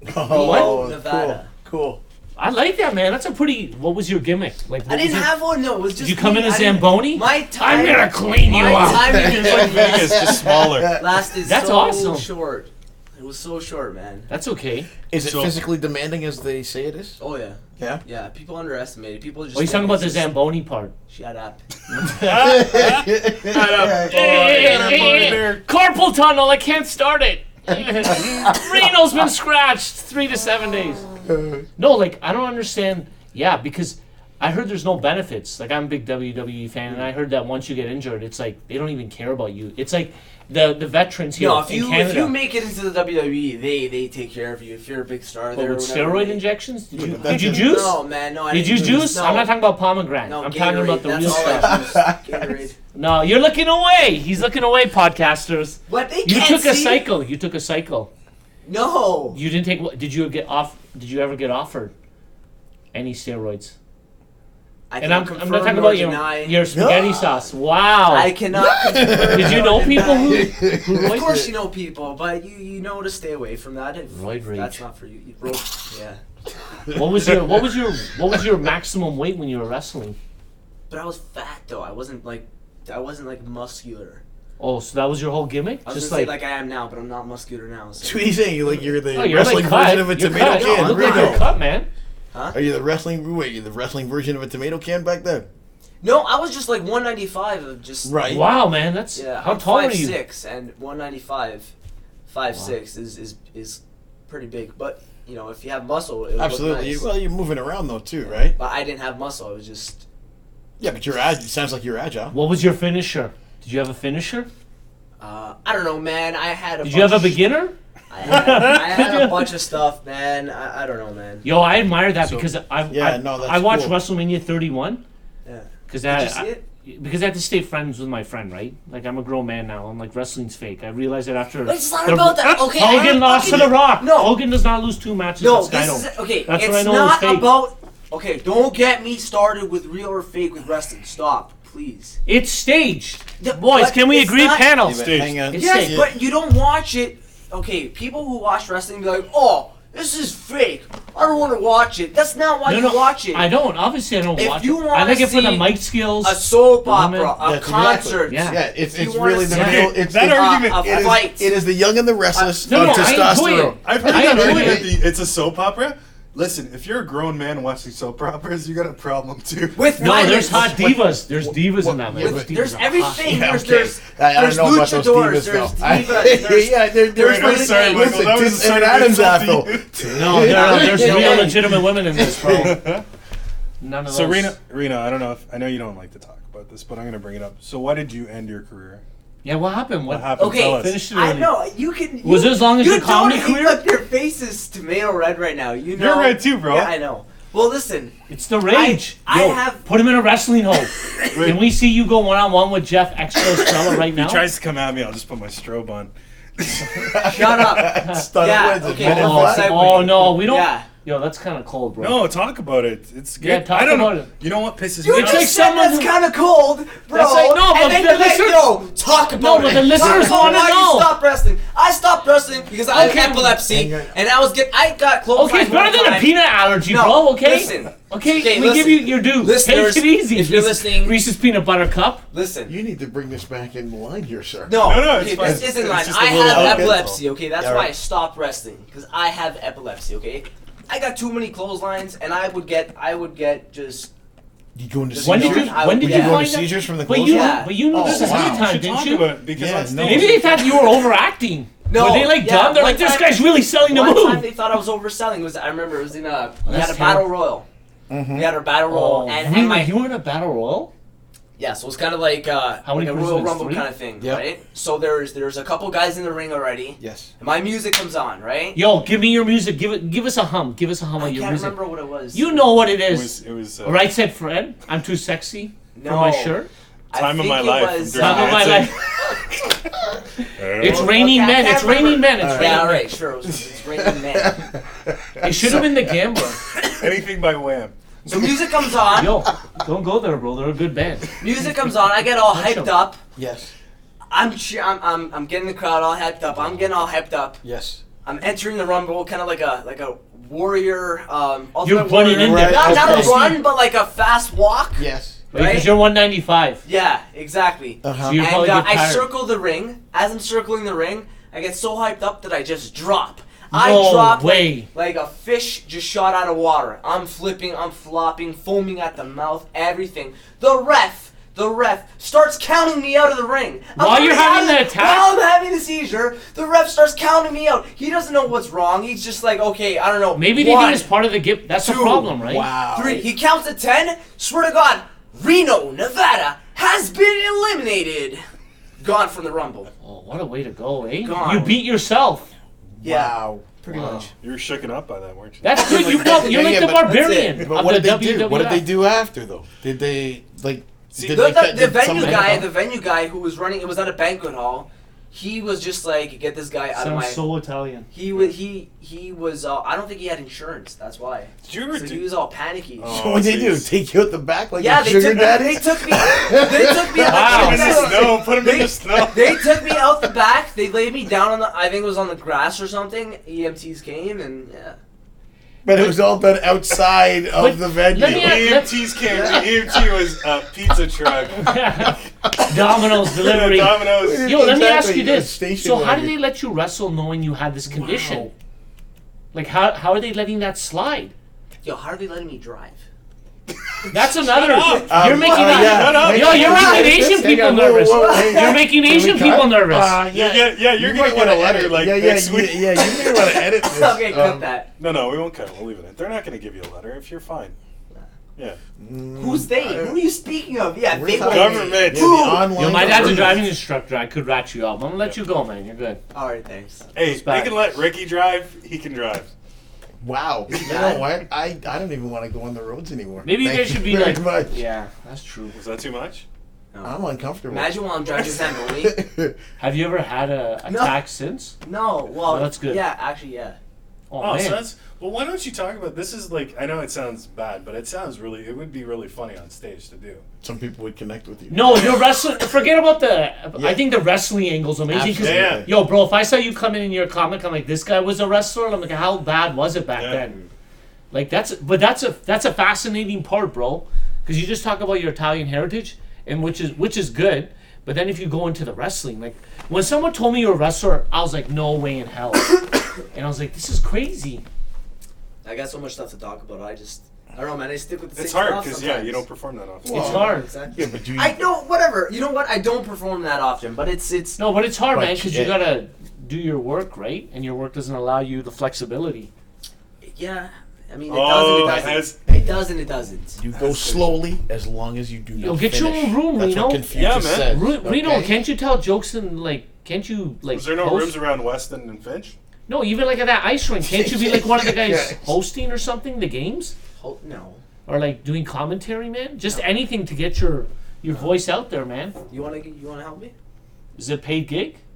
S2: plumber?
S4: Oh,
S1: Nevada.
S4: Cool.
S2: I like that, man. That's a pretty. What was your gimmick? Like, what
S1: I didn't
S2: was it?
S1: have one. No, it was just.
S2: Did you come
S1: me.
S2: in a
S1: I didn't-
S2: Zamboni?
S1: My time.
S2: I'm gonna clean you
S1: my
S2: up.
S1: time in
S3: Vegas,
S1: Vegas
S3: just smaller.
S1: lasted
S2: That's
S1: so
S2: awesome.
S1: short. It was so short, man.
S2: That's okay.
S4: Cool. Is it
S3: So-
S4: physically demanding as they say it is?
S1: Oh yeah,
S4: Yeah.
S1: yeah. People underestimate it. People just.
S2: Well, he's talking
S1: think
S2: about the
S1: it's just-
S2: Zamboni part.
S1: Shut up.
S2: Hey, hey,
S3: Atta
S2: hey,
S3: boy
S2: hey,
S3: there.
S2: Carpal tunnel. I can't start it. Reno's been scratched three to seven days. No, like I don't understand. Yeah, because I heard there's no benefits. Like I'm a big WWE fan, and I heard that once you get injured, it's like they don't even care about you. It's like the the veterans here
S1: No, if
S2: in
S1: you
S2: Canada.
S1: if you make it into the WWE, they they take care of you. If you're a big star,
S2: but
S1: there. or
S2: with
S1: whatever,
S2: steroid
S1: they-
S2: injections, did you,
S4: but
S2: did
S4: that's
S2: you
S4: just-
S2: juice?
S1: No, man, no. I
S2: Did you
S1: didn't
S2: juice?
S1: No.
S2: I'm not talking about pomegranate.
S1: No,
S2: I'm talking about
S1: Gatorade,
S2: the
S1: that's
S2: real
S1: all I
S2: stuff.
S1: juice. Gatorade.
S2: No, you're looking away. He's looking away, podcasters.
S1: But they
S2: You
S1: can't
S2: took a
S1: see.
S2: cycle. You took a cycle.
S1: No.
S2: You didn't take. what- Did you get off? Did you ever get offered any steroids?
S1: I
S2: And
S1: can
S2: I'm, I'm
S1: confirm
S2: not talking
S1: nor
S2: about your
S1: deny.
S2: your spaghetti sauce. Wow.
S1: I cannot. confirm
S2: Did you
S1: nor
S2: know
S1: deny.
S2: people who?
S1: Of course, you know people, but you you know to stay away from that. If
S2: Roid rage.
S1: That's not for you. you roid- yeah.
S2: What was your what was your what was your maximum weight when you were wrestling?
S1: But I was fat though. I wasn't like I wasn't like muscular.
S2: Oh, so that was your whole gimmick?
S1: I was
S2: Just
S1: gonna
S2: like,
S1: say like I am now, but I'm not muscular now.
S4: That's
S1: So.
S4: what he's saying. You're like you're the
S2: oh, you're
S4: wrestling
S2: like cut.
S4: version of a
S2: You're
S4: tomato
S2: cut.
S4: can.
S2: Look at your
S4: Reno.
S2: cut, man.
S4: Are you the wrestling? Wait, you're the wrestling version of a tomato can back then.
S1: No, I was just like 195 of just
S4: Right.
S2: Wow, man, that's
S1: Yeah,
S2: how
S1: I'm
S2: tall
S1: five,
S2: are you?
S1: Six and 195, five six is is is pretty big. But you know, if you have muscle, it would Look
S4: Absolutely.
S1: nice.
S4: Well, you're moving around though too, right?
S1: But I didn't have muscle. I was just
S4: Yeah, but you're agile. It sounds like you're agile.
S2: What was your finisher? Did you have a finisher?
S1: uh, I don't know, man. I had a.
S2: Did you have a
S1: bunch-
S2: beginner?
S1: I had, I had a bunch of stuff, man. I, I don't know, man.
S2: Yo, I admire that because I
S4: yeah,
S2: I,
S4: no, that's
S2: I watched
S4: cool.
S2: WrestleMania 31
S1: Yeah.
S2: because
S1: Did
S2: I,
S1: you see it?
S2: because I had to stay friends with my friend, right? Like I'm a grown man now. I'm like wrestling's fake. I realized that after
S1: It's not
S2: the-
S1: about that. Okay. I
S2: Hogan
S1: don't
S2: lost to
S1: fucking-
S2: The Rock.
S1: No.
S2: Hogan does not lose two matches.
S1: No,
S2: at Skydome.
S1: this is okay.
S2: That's
S1: it's
S2: what I know is
S1: not
S2: fake.
S1: about. Okay, don't get me started with real or fake with wrestling. Stop, please.
S2: It's staged.
S1: The-
S2: Boys,
S1: but
S2: can we
S1: it's
S2: agree?
S1: not-
S2: Panel.
S4: But
S5: Dude.
S4: Hang on.
S2: It's
S1: Yes,
S2: Yeah.
S1: but you don't watch it. Okay, people who watch wrestling be like, "Oh, this is fake. I don't want to watch it." That's not why
S2: No,
S1: you
S2: no,
S1: watch it.
S2: I don't. Obviously, I don't
S1: If
S2: watch
S1: you
S2: it. I like
S1: wanna
S2: it for the
S1: see
S2: mic skills.
S1: A soap
S2: Woman.
S1: opera, a
S4: That's exactly-
S1: concert,
S2: Yeah.
S4: Yeah, it's,
S1: You
S4: it's
S1: wanna Uh,
S4: really the
S2: see-
S4: middle.
S2: Okay,
S4: It's
S5: that
S4: the-
S1: a,
S5: argument
S1: a
S4: it is-
S1: fight.
S4: it is the young and the
S2: Uh,
S4: restless
S2: no,
S4: of
S2: no, I enjoy
S4: testosterone.
S2: it.
S3: I've
S2: I
S3: heard that
S2: enjoy
S3: argument.
S2: it.
S3: that It's a soap opera. Listen, if you're a grown man watching soap operas, you got a problem too.
S1: with
S2: No,
S1: violence.
S2: there's hot divas. There's divas in that
S4: yeah,
S2: movie.
S4: but-
S1: There's everything.
S4: Yeah,
S1: there's
S4: okay.
S1: there's
S4: I, I
S1: there's
S4: don't know about those
S1: luchadors.
S4: divas
S1: There's
S4: though. I-
S1: divas. There's
S4: yeah, they're, they're
S1: Right, I'm
S4: really-
S1: sorry, Michael,
S4: Listen,
S3: that was
S4: this is
S3: a
S4: an
S3: sort of
S4: Adam's
S3: insult to
S4: apple.
S3: you.
S2: no, there are, there's
S1: Yeah.
S2: real legitimate women in this, bro. None of
S5: So
S2: those.
S5: Reno, Reno, I don't know if I know you don't like to talk about this, but I'm gonna bring it up. So why did you end your career?
S2: yeah, what happened? What,
S5: What happened?
S1: Okay,
S5: Tell us.
S2: Finished it
S1: I
S2: early.
S1: know you can.
S2: Was
S1: you,
S2: it as long as
S1: you
S2: your comedy
S1: don't even-
S2: career?
S1: Look, your face is tomato red right now. You know.
S5: You're red too, bro.
S1: Yeah, I know. Well, listen.
S2: Oh, It's the rage.
S1: I- I
S2: Yo,
S1: have-
S2: put him in a wrestling hole. Can we see you go one on one with Jeff Expostrella right now?
S5: He tries to come at me. I'll just put my strobe on.
S1: Shut up.
S4: Stunner
S1: Yeah,
S4: wins it.
S1: okay.
S4: Man,
S2: oh,
S1: Segue.
S2: oh, no, we don't.
S1: Yeah.
S2: Yo, that's kind of cold, bro.
S5: No, talk about it. It's good.
S2: Yeah, talk
S5: I don't
S2: about
S5: know.
S2: it.
S5: You know what pisses
S1: You
S5: me
S1: just
S5: off?
S2: like
S1: said
S2: someone
S1: that's
S2: who-
S1: kind of cold, bro.
S2: That's like, no, but
S1: and then
S2: the
S1: you're like,
S2: listeners-
S1: yo, talk about
S2: No,
S1: it.
S2: but the
S1: Talk
S2: listeners
S1: about
S2: wanna
S1: why
S2: know.
S1: you stopped wrestling. I stopped wrestling because I had
S2: Okay.
S1: epilepsy,
S4: Hang on.
S1: and I was get, I got close.
S2: Okay, it's better than a peanut allergy,
S1: No,
S2: bro. Okay,
S1: listen.
S2: Okay,
S1: Okay,
S2: we
S1: listen.
S2: give you your due.
S1: Listeners,
S2: Take it easy.
S1: if you're
S2: Reese's-
S1: listening-
S2: Reese's peanut butter cup.
S1: Listen,
S4: You need to bring this back in line here, sir.
S1: no,
S5: No, no, it's
S1: okay,
S5: fine.
S1: this isn't
S5: It's
S1: mine.
S5: just a
S1: I
S5: little
S1: have
S4: outfit.
S1: epilepsy. Okay, that's
S4: Yeah,
S1: why
S4: right.
S1: I stopped wrestling because I have epilepsy. Okay, I got too many clotheslines, and I would get, I would get just.
S4: You go into seizures?
S2: When did
S1: Seizures?
S2: you?
S1: I-
S2: When did
S1: yeah.
S2: you
S1: You
S4: go
S2: find
S4: into
S2: out-
S4: seizures from the
S2: But
S4: clothes?
S2: you,
S1: Yeah.
S2: but you knew
S4: Oh,
S2: this ahead
S4: wow.
S2: of
S4: You
S2: time,
S5: should
S2: didn't
S5: talk
S2: you?
S5: about it because
S4: Yeah,
S5: on stage-
S4: no.
S2: Maybe they thought you were overacting.
S1: No,
S2: Were they like
S1: yeah,
S2: dumb? They're
S1: one
S2: like, this
S1: time-
S2: guy's really selling the
S1: One time
S2: move.
S1: they thought I was overselling. It was I remember it was in a we
S2: That's
S1: had a battle
S2: terrible.
S1: royal. We had our battle royal,
S2: Oh,
S1: and,
S2: really?
S1: and my
S2: you were in a battle royal?
S1: Yeah, so it's kind of like, uh,
S2: How many
S1: like a
S2: prisoners?
S1: Royal Rumble
S2: Three?
S1: kind of thing,
S4: Yep.
S1: right? So there's there's a couple guys in the ring already.
S4: Yes.
S1: And my music comes on, right?
S2: Yo, give me your music. Give it. Give us a hum. Give us a hum
S1: I
S2: on
S1: can't
S2: your music.
S1: remember what it was.
S2: You know what it
S5: It
S2: is,
S5: was. It was. Uh,
S2: right? Said Fred. I'm too sexy
S1: no.
S2: for my shirt.
S1: I
S5: Time of
S1: think
S5: my
S1: it
S5: life
S1: was,
S5: from Dirty
S2: Time of
S1: uh,
S2: my
S5: Dancing.
S2: life. It's
S1: Okay,
S2: raining
S1: I
S2: men.
S1: can't
S2: It's raining
S1: remember.
S2: men. It's
S1: Yeah,
S2: raining
S1: all
S2: men.
S1: right, sure. It was, it's raining man.
S2: It should have been the gambler.
S5: Anything by Wham.
S1: So music comes on.
S2: Yo, don't go there, bro. They're a good band.
S1: Music comes on. I get all
S2: Don't
S1: hyped
S2: show.
S1: up.
S4: Yes.
S1: I'm, che- I'm I'm I'm getting the crowd all hyped up. I'm getting all hyped up.
S4: Yes.
S1: I'm entering the rumble, kind of like a like a warrior. Um, ultimate
S2: You're running
S1: warrior.
S2: in there.
S4: Right,
S1: Not, not
S4: okay.
S1: a run, but like a fast walk.
S4: Yes.
S2: Because
S1: right?
S2: you're 195.
S1: Yeah, exactly.
S4: Uh-huh.
S2: So you're
S1: and
S2: probably
S1: uh,
S2: get
S1: I
S2: tired.
S1: circle the ring. As I'm circling the ring, I get so hyped up that I just drop. I
S2: No
S1: drop like-
S2: way.
S1: Like, a fish just shot out of water. I'm flipping, I'm flopping, foaming at the mouth, everything. The ref, the ref starts counting me out of the ring. I'm
S2: While you're
S1: already
S2: having
S1: out of
S2: the
S1: the-
S2: attack?
S1: While I'm having the seizure, the ref starts counting me out. He doesn't know what's wrong. He's just like, okay, I don't know.
S2: Maybe they
S1: one,
S2: think it's part of the gift. That's the
S1: two,
S2: problem, right?
S4: Wow.
S1: Three. He counts to ten. Swear to God, Reno, Nevada has been eliminated. Gone from the Rumble.
S2: Oh, what a way to go, eh?
S1: Gone.
S2: You beat yourself.
S1: Yeah,
S4: Wow.
S1: pretty much.
S5: You were shooken up by that, weren't you?
S2: That's good. You
S4: Yeah,
S2: are like
S4: yeah,
S2: the
S4: but-
S2: barbarian
S4: But
S2: of
S4: what
S2: the
S4: did they
S2: WWF.
S4: do? What did they do after though? Did they like? did
S1: The,
S4: they
S1: the,
S4: cut-
S1: the
S4: did
S1: venue
S4: somebody-
S1: guy, the venue guy who was running, it was at a banquet hall. He was just like, get this guy out of
S2: Sounds
S1: my.
S2: so Italian.
S1: he was he he was. Uh, I don't think he had insurance. That's why.
S3: Did you ever
S1: So he
S3: do?
S1: was all panicky.
S3: Oh,
S4: So what they do?
S3: jeez.
S4: Take you out the back like
S1: Yeah,
S4: a
S1: they
S4: sugar
S1: took,
S4: daddy?
S1: they took me. They took me out.
S2: Wow.
S3: Put him
S1: the
S3: in the snow. Put him
S1: They-
S3: in the snow.
S1: They took me out the back. They laid me down on the. I think it was on the grass or something. EMTs came and yeah.
S4: but it was all done outside
S2: But
S4: of the venue.
S2: let me ask-
S5: E
S3: EMTs came. The EMT was a pizza truck.
S2: Domino's delivery.
S3: Domino's.
S2: Yo, let me ask
S4: Exactly,
S2: you
S4: a
S2: this.
S4: station
S2: So how
S4: wagon.
S2: did they let you wrestle knowing you had this condition?
S4: Wow.
S2: Like how how are they letting that slide?
S1: Yo, how are they letting me drive?
S2: That's another.
S4: Um,
S2: you're making
S4: uh,
S2: that.
S4: yeah.
S2: Yo, you're making Asian
S4: Hang
S2: people
S4: on, whoa,
S2: nervous.
S4: whoa, hang on.
S2: You're making
S4: Can we
S2: Asian
S4: cut?
S2: people nervous.
S4: Uh,
S3: You're
S4: yeah.
S3: gonna- yeah, you're
S4: might
S3: gonna get
S4: wanna
S3: a letter like
S4: yeah, yeah,
S3: next week.
S4: Yeah, yeah, you may want to edit this.
S1: Okay, cut
S4: Um,
S1: that.
S3: No, no, we won't cut. it. We'll leave it in. They're not gonna give you a letter if you're fine. Yeah.
S1: Who's they? Who are you speaking of? Yeah,
S4: We're
S1: they.
S4: talking-
S3: Government.
S4: Yeah, the online
S2: Yo, my dad's a
S4: government.
S2: driving instructor. I could rat you up. I'm gonna let you go, man. You're good.
S1: All right, thanks.
S3: Hey,
S2: Respect.
S3: they can let Ricky drive. He can drive.
S4: Wow. You know what? I, I don't even want to go on the roads anymore.
S2: Maybe you
S4: Thank
S2: guys should be
S4: very
S2: like.
S4: much.
S2: Yeah, that's true.
S3: Was that too much?
S4: I'm uncomfortable.
S1: Imagine while I'm driving Zamboni.
S2: Have you ever had a
S1: No.
S2: attack since?
S1: No, well,
S2: No, that's good.
S1: Yeah, actually, yeah.
S2: Oh,
S3: Oh,
S2: man.
S3: so that's well. Why don't you talk about this? Is like I know it sounds bad, but it sounds really. It would be really funny on stage to do.
S4: Some people would connect with you.
S2: no, you're wrestling. Forget about the.
S4: Yeah.
S2: I think the wrestling angle's amazing. 'cause-
S4: Absolutely.
S3: Yeah.
S2: Yo, bro, if I saw you come in in your comic, I'm like, this guy was a wrestler. And I'm like, how bad was it back
S3: Yeah.
S2: then? Like that's, but that's a that's a fascinating part, bro, because you just talk about your Italian heritage, and which is which is good. But then if you go into the wrestling, like when someone told me you're a wrestler, I was like, no way in hell, and I was like, this is crazy.
S1: I got so much stuff to talk about. I just, I don't know, man. I stick with the
S3: It's
S1: same
S3: hard
S1: stuff
S3: because yeah, you
S1: sometimes.
S3: don't perform that often.
S2: It's hard.
S1: Exactly.
S4: Yeah, but you.
S1: I don't. Whatever. You know what? I don't perform that often, but it's it's.
S2: No, but it's hard,
S4: But
S2: man, because
S4: it-
S2: you gotta do your work right, and your work doesn't allow you the flexibility.
S1: Yeah. I mean, it
S3: Oh,
S1: doesn't. It
S3: it
S1: doesn't. It doesn't. It doesn't.
S4: You go slowly as long as you do not.
S2: Yo, get your
S4: finish.
S2: own room,
S4: That's
S2: Reno.
S4: what Confucius
S3: Yeah, man.
S4: says.
S2: Ru- Reno,
S4: okay?
S2: can't you tell jokes and like, can't you like?
S3: Is there no
S2: post-
S3: rooms around Weston and Finch?
S2: No, even like at that ice rink, can't you be like one of the guys
S4: Yeah.
S2: hosting or something the games,
S1: Oh, no.
S2: or like doing commentary, man? Just anything to get your your voice out there, man.
S1: You wanna you wanna help me?
S2: Is it a paid gig?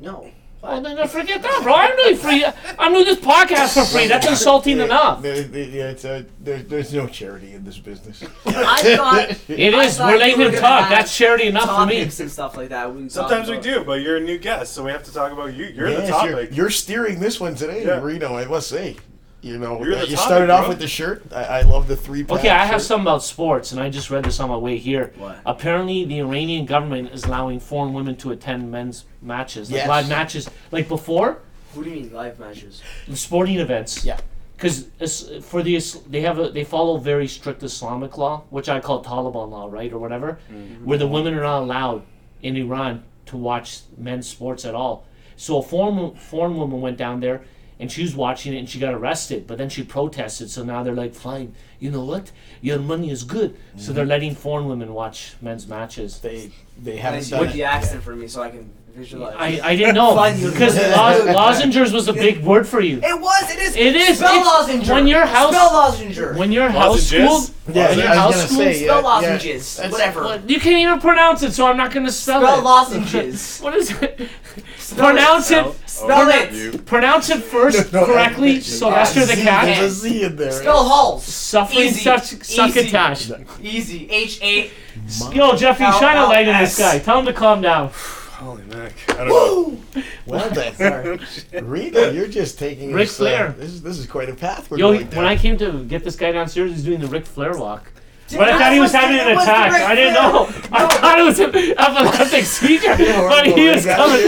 S1: No.
S2: Oh, then I forget that, bro. I'm doing free. I'm doing this podcast for free. That's insulting
S4: Yeah,
S2: enough.
S4: there- there- yeah, it's a- there- there's no charity in this business.
S1: I thought
S2: It
S1: I
S2: is.
S1: thought
S2: We're
S1: you
S2: late
S1: were
S2: in
S1: gonna
S2: talk.
S1: have
S2: That's charity enough for me.
S1: topics and stuff like that. We talk
S3: Sometimes we
S1: about-
S3: do, but you're a new guest, so we have to talk about you. You're the
S4: Yes, You're,
S3: topic.
S4: you're steering this one today,
S3: Yeah.
S4: Reno. I must say, you know,
S3: You're the
S4: you
S3: topic,
S4: started off
S3: bro.
S4: with the shirt. I, I love the three.
S2: Okay, I have some about sports, and I just read this on my way here.
S1: What?
S2: Apparently, the Iranian government is allowing foreign women to attend men's matches, like
S4: Yes.
S2: live matches. Like before,
S1: What do you mean live matches?
S2: sporting events.
S4: Yeah.
S2: Because for the Is- they have a they follow very strict Islamic law, which I call Taliban law, right, or whatever, where the women are not allowed in Iran to watch men's sports at all. So a foreign foreign woman went down there, and she was watching it, and she got arrested. But then she protested, so now they're like, fine, you know what, your money is good. So they're letting foreign women watch men's matches.
S4: They they
S1: And
S4: haven't
S1: you
S4: done
S1: did
S4: it.
S1: the accent for me so I can visualize.
S2: I, I didn't know
S1: Fine, you-
S2: because lo- lozenges was a big word for you.
S1: it was. It is.
S2: It is,
S1: Spell
S2: it's-
S1: lozenger.
S2: when your house-
S1: Spell lozenger.
S2: When you're house
S3: Lozenges?
S2: schooled,
S4: Yeah,
S2: when you're
S4: I was
S2: house
S4: gonna
S2: schooled,
S4: say,
S1: spell
S4: yeah, yeah.
S1: lozenges.
S4: That's-
S1: Whatever.
S2: Well, you can't even pronounce it, so I'm not gonna spell,
S1: Spell
S2: it.
S1: lozenges.
S2: What is it?
S1: Spell
S2: pronounce it.
S3: Oh,
S1: Spell
S3: oh,
S1: it.
S3: you.
S2: Pronounce it first
S4: No, no,
S2: correctly.
S4: I-
S2: Sylvester the
S4: Z,
S2: cat.
S4: There's a Z in there.
S1: Spell halls.
S2: Suffering
S1: Easy.
S2: such succotash.
S1: Easy. H A.
S2: Yo, Jeffy,
S1: L-
S2: shine a
S1: L-
S2: light in
S1: S.
S2: this guy. Tell him to calm down.
S3: Holy Mac. I don't know.
S4: Well done, Reno. You're just taking
S2: Ric
S4: us, uh,
S2: Flair.
S4: this, is- this is quite a path we're
S2: Yo,
S4: going down.
S2: when I came to get this guy downstairs, he's doing the Ric Flair walk. But I thought he was having
S1: It
S2: an
S1: was the
S2: attack.
S1: Ric
S2: I didn't
S1: Flair.
S2: know. I thought it was an epileptic seizure, but he was coming.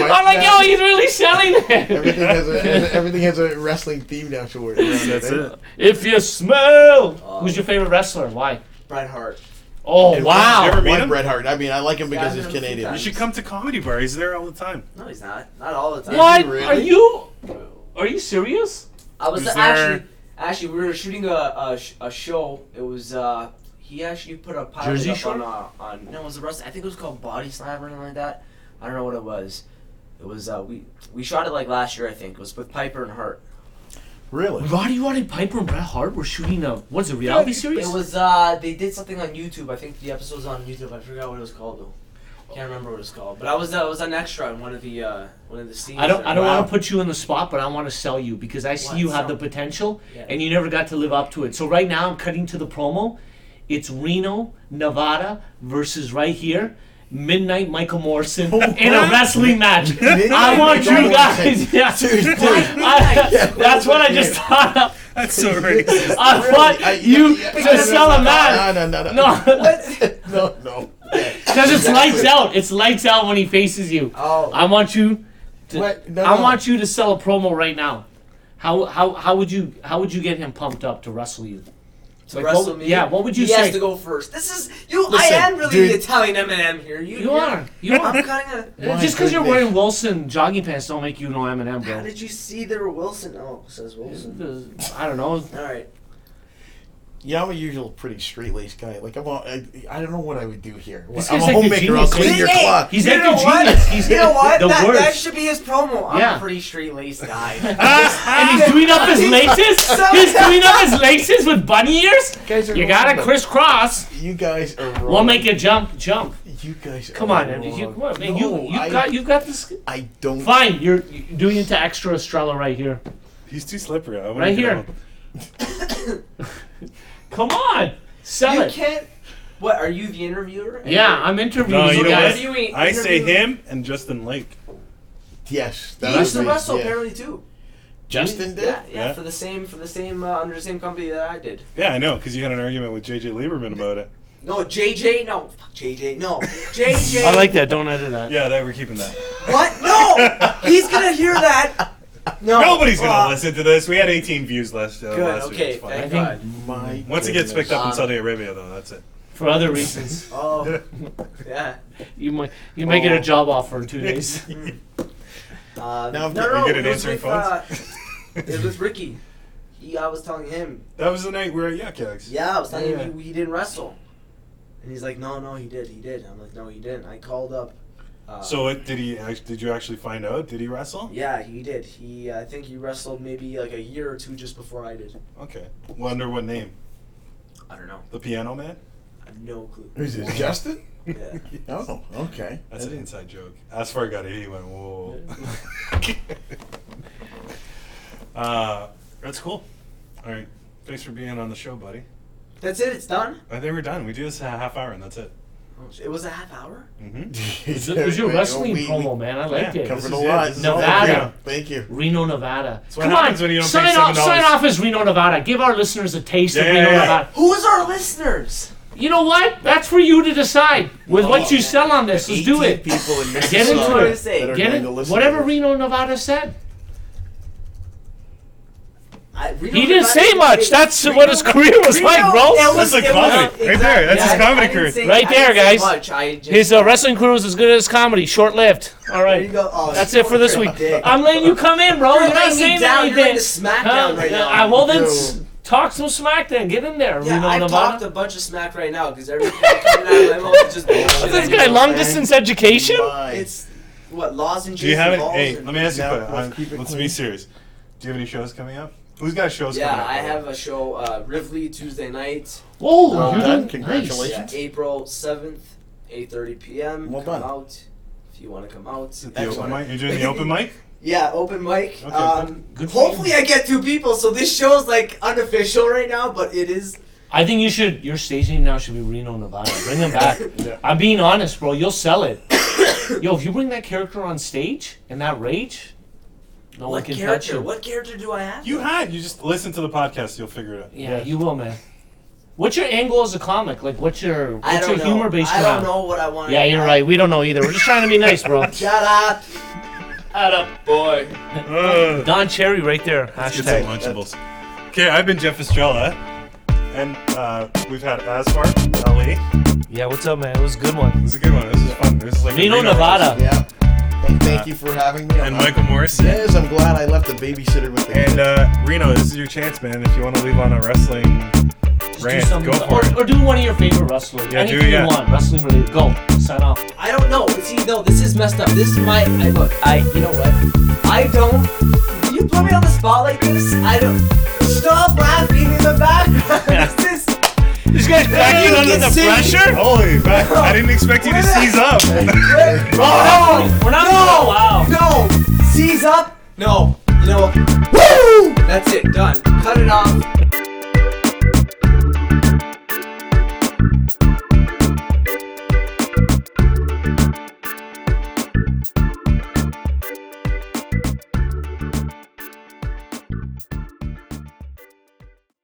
S2: I'm like, yo, he's really selling it.
S4: Everything has, a, has a- everything has a wrestling theme now to it.
S3: That's it.
S2: If you smell, who's your favorite wrestler? and Why?
S1: Bret Hart.
S2: Oh
S4: I
S2: wow!
S3: Ever
S4: like
S3: meet him?
S4: Bret Hart. I mean, I like him
S1: Yeah,
S4: because
S1: I've
S4: he's
S1: never seen
S4: Canadian.
S3: You should come to Comedy Bar. He's there all the time.
S1: No, he's not. Not all the time.
S2: What?
S4: really?
S2: Are you? Are you serious?
S1: I was
S3: Is there-
S1: actually actually we were shooting a a, sh- a show. It was uh he actually put a pilot
S2: Jersey
S1: up
S2: Shore?
S1: on uh, on no it was the rest. I think it was called Body Slam or something like that. I don't know what it was. It was uh we we shot it like last year I think. It was with Piper and Hart.
S4: Really?
S2: Roddy Roddy Piper and Bret Hart were shooting a what's a reality
S1: It
S2: series?
S1: was uh they did something on YouTube. I think the episode's on YouTube. I forgot what it was called though. Can't remember what it's called, but I was uh, I was an extra in one of the uh, one of the scenes.
S2: I don't.
S1: there.
S2: I don't
S4: Wow.
S2: want to put you in the spot, but I want to sell you because I see
S1: What?
S2: you have
S1: Sell.
S2: the potential,
S1: Yeah.
S2: and you never got to live up to it. So right now, I'm cutting to the promo. It's Reno Nevada versus right here. Midnight Michael Morrison in a wrestling match. I
S4: Midnight
S2: want
S4: Michael
S2: you guys.
S4: Morrison.
S2: Yeah.
S4: Seriously.
S2: I, that's what I just thought. of.
S5: That's so racist.
S2: I want
S4: I-
S2: you
S4: yeah,
S2: to sell a match.
S4: No, no,
S2: No,
S4: no, no,
S2: because
S4: no, no.
S2: it's lights out. It's lights out when he faces you.
S1: Oh.
S2: I want you. To,
S4: What? No,
S2: I
S4: no.
S2: want you to sell a promo right now. How how how would you how would you get him pumped up to wrestle you?
S1: To
S2: Like,
S1: wrestle
S2: what-
S1: me.
S2: yeah, what would you
S1: he
S2: say?
S1: has to go first. This is you. I
S4: Listen,
S1: am really
S4: dude.
S1: the Italian M&M here. You,
S2: You are. You
S1: I'm
S2: are.
S1: kind of.
S4: My
S2: Just because you're
S4: goodness.
S2: wearing Wilson jogging pants don't make you no Eminem,
S1: How
S2: bro.
S1: did you see there were Wilson? Oh, says Wilson.
S2: I don't know.
S1: All right.
S4: Yeah, I'm a usual pretty straight laced guy. Like I'm, a, I, I don't know what I would do here.
S2: This
S4: I'm
S2: guy's
S4: a
S2: like the
S4: homemaker. I'll
S2: genius,
S4: clean
S2: eh?
S4: your
S1: Hey,
S4: clock.
S2: He's
S1: you
S2: like
S1: know
S2: the
S1: what?
S2: genius. He's
S1: You know what?
S2: the
S1: that, that
S2: worst.
S1: should be his promo. I'm
S2: Yeah.
S1: a pretty straight laced guy.
S2: and he's doing up his laces.
S1: So-
S2: he's doing up his laces with bunny ears.
S4: guys are
S2: You gotta
S4: wrong.
S2: crisscross.
S4: You guys are wrong.
S2: We'll make you jump, jump.
S4: You guys.
S2: Come
S4: are
S2: on, man. Did you,
S4: wrong.
S2: come on, man.
S4: No,
S2: you, you
S4: I,
S2: got, you got this.
S4: I don't.
S2: Fine, you're you're doing it to extra Estrella right here,
S3: He's too slippery. I wouldn't
S2: right
S3: get
S2: here.
S3: him
S2: Come on, sell
S1: you
S2: it.
S1: can't. What are you the interviewer?
S2: Yeah, I'm interviewing
S5: No,
S2: you
S5: you know
S2: guys.
S1: what?
S5: what? I say him and Justin Lake.
S4: Yes.
S1: He
S4: that
S1: used to
S4: would be-
S1: wrestle
S4: yeah.
S1: apparently too.
S4: Justin did.
S1: Yeah, yeah,
S3: Yeah.
S1: for the same for the same uh, under the same company that I did.
S3: Yeah, I know, because you had an argument with JJ Lieberman about it.
S1: No, JJ, no, fuck JJ, no, JJ.
S2: I like that. Don't edit that.
S3: Yeah, that we're keeping that.
S1: What? No, he's gonna hear that. No,
S3: Nobody's
S1: Uh,
S3: gonna listen to this. We had 18 views last uh,
S1: Good.
S3: last week.
S1: Okay.
S3: It's fine.
S1: Thank
S2: I
S1: God.
S2: think-
S4: My.
S3: Once it gets picked up in
S1: Uh,
S3: Saudi Arabia, though, that's it.
S2: For other reasons,
S1: Oh, yeah.
S2: you might you might get a
S4: Oh.
S2: job offer in two days.
S1: Uh, no,
S4: Now
S1: no,
S4: I'm getting-
S1: no. It
S3: you good at
S1: was, uh,
S3: answering
S1: with, uh, it was Ricky. He, I was telling him.
S3: That was the night we were at Yuck Yucks.
S1: Yeah, I was telling
S3: Yeah.
S1: him he, he didn't wrestle, and he's like, no, no, he did, he did. I'm like, no, he didn't. I called up. Uh,
S3: So what, did he? act- Did you actually find out? Did he wrestle?
S1: Yeah, he did. He, I think he wrestled maybe like a year or two just before I did.
S3: Okay. Well, under what name?
S1: I don't know.
S3: The Piano Man.
S1: I have no clue.
S4: Is it Justin?
S1: Yeah.
S4: Oh, okay.
S3: That's an inside joke. That's where I got it. He went, whoa. uh, that's cool. All right. Thanks for being on the show, buddy.
S1: That's it. It's done.
S3: I think we're done. We do this in a half hour, and that's it.
S1: Oh, sh- It was a half hour.
S3: Mm-hmm.
S4: Is
S2: It was your wrestling
S4: we,
S2: promo, man. I liked
S3: yeah,
S2: it.
S3: This
S4: Covered a
S3: is it.
S4: lot.
S3: This is
S2: all Nevada.
S4: Thank you.
S2: Reno, Nevada.
S3: what
S2: Come on,
S3: happens when you don't pay
S2: sign off.
S3: $7.
S2: Sign off as Reno, Nevada. Give our listeners a taste
S3: Yeah,
S2: of Reno,
S3: yeah, yeah.
S2: Nevada.
S1: Who is our listeners?
S2: You know what? That's for you to decide with what you sell on this. Let's do
S4: 18
S2: it.
S4: People in Mississauga
S2: Get into
S1: what I
S2: it.
S1: was saying.
S4: that are
S2: Get
S4: going
S2: it?
S4: to listen
S2: Whatever
S4: to this.
S2: Reno, Nevada said.
S1: I, Reno
S2: He didn't
S1: Nevada
S2: say much. That's what his career was
S1: Reno-
S2: like, bro.
S1: it was-
S3: That's a
S1: it was-
S3: comedy. Right there. That's his
S1: I- I
S3: comedy
S1: didn't
S3: career.
S1: say-
S2: Right
S1: I didn't
S2: there,
S1: say
S2: guys.
S1: much. I just,
S2: His uh, wrestling career was as good as his comedy. Short lived. All
S1: There you
S2: right.
S1: go. Oh,
S2: That's it for this week. I'm letting you come in, bro.
S1: You're
S2: You're not
S1: laying me
S2: saying
S1: down. You're
S2: anything.
S1: laying the smackdown
S2: Huh?
S1: right now.
S2: Uh, well, then
S4: Yo.
S2: s- talk some smack then. Get in there,
S1: yeah,
S2: Reno,
S1: I've talked
S2: Nevada.
S1: a bunch of smack right now because everything coming out of my mouth is just bullshit.
S2: This guy,
S1: anymore.
S2: long distance education?
S4: My-
S1: It's what laws and
S3: Do you
S1: Jason
S3: have any?
S1: Balls
S3: Hey,
S1: and-
S3: let me ask you a
S4: No,
S3: question.
S4: let's
S3: I'm-
S4: keep it
S3: Let's
S4: clean.
S3: be serious. Do you have any shows coming up? Who's got shows coming
S1: Yeah,
S3: up?
S1: I have a show, uh, Rivley Tuesday night,
S2: Whoa,
S4: Well
S2: Oh, you
S4: done.
S2: did
S4: Congratulations.
S1: yeah, April seventh, eight thirty p.m.
S4: Well
S1: come
S4: done.
S1: out if you want to come out.
S3: The open
S4: Excellent.
S3: mic? You're doing the open mic?
S1: Yeah, open mic.
S3: Okay,
S1: um,
S2: good for
S1: hopefully, I get two people. So this show is like unofficial right now, but it is.
S2: I think you should. Your stage name now should be Reno, Nevada. Bring him back. I'm being honest, bro. You'll sell it. Yo, if you bring that character on stage and that rage, no one
S1: What
S2: can touch
S1: character?
S2: you.
S1: What character do I have?
S3: You had. You just listen to the podcast. You'll figure it out.
S2: Yeah, you will, man. What's your angle as a comic? Like, what's your
S1: I
S2: what's
S1: don't
S2: your
S1: know.
S2: humor based
S1: I
S2: around?
S1: don't know what I want.
S2: Yeah, you're right. We don't know either. We're just trying to be nice, bro.
S1: Shut up.
S2: Add up, boy.
S3: Ugh.
S2: Don Cherry, right there.
S3: Get
S2: Hashtag.
S3: some Lunchables. Okay, I've been Jeff Estrella, and uh, we've had Asmar, Ali. It
S2: Yeah, what's up, man? It was a good one.
S3: was a good one. This is fun. This is like a
S2: Reno, Nevada.
S4: Yeah. And thank you for having me.
S3: and Michael Morris.
S4: Yes, I'm glad I left the babysitter with the
S3: And uh, Reno, this is your chance, man. If you want to leave on a wrestling
S2: Just do
S3: rant,
S2: something.
S3: go for
S2: or,
S3: it.
S2: or do one of your favorite wrestlers.
S3: Yeah, do
S2: Anything
S3: it, yeah.
S2: you want. Wrestling related. Go. Sign off.
S1: I don't know. See, no, this is messed up. This is my. I look. I. You know what? I don't. You put me on the spot like this. I don't. Stop laughing in the background. this is.
S2: This guy's back
S3: you
S1: you
S3: under
S1: can
S3: the
S1: see.
S3: pressure? Holy fuck. I didn't expect you to seize up.
S1: Oh,
S2: We're not
S1: no!
S2: wow.
S1: No! Seize up! No. You know what? Woo! That's it. Done. Cut it off.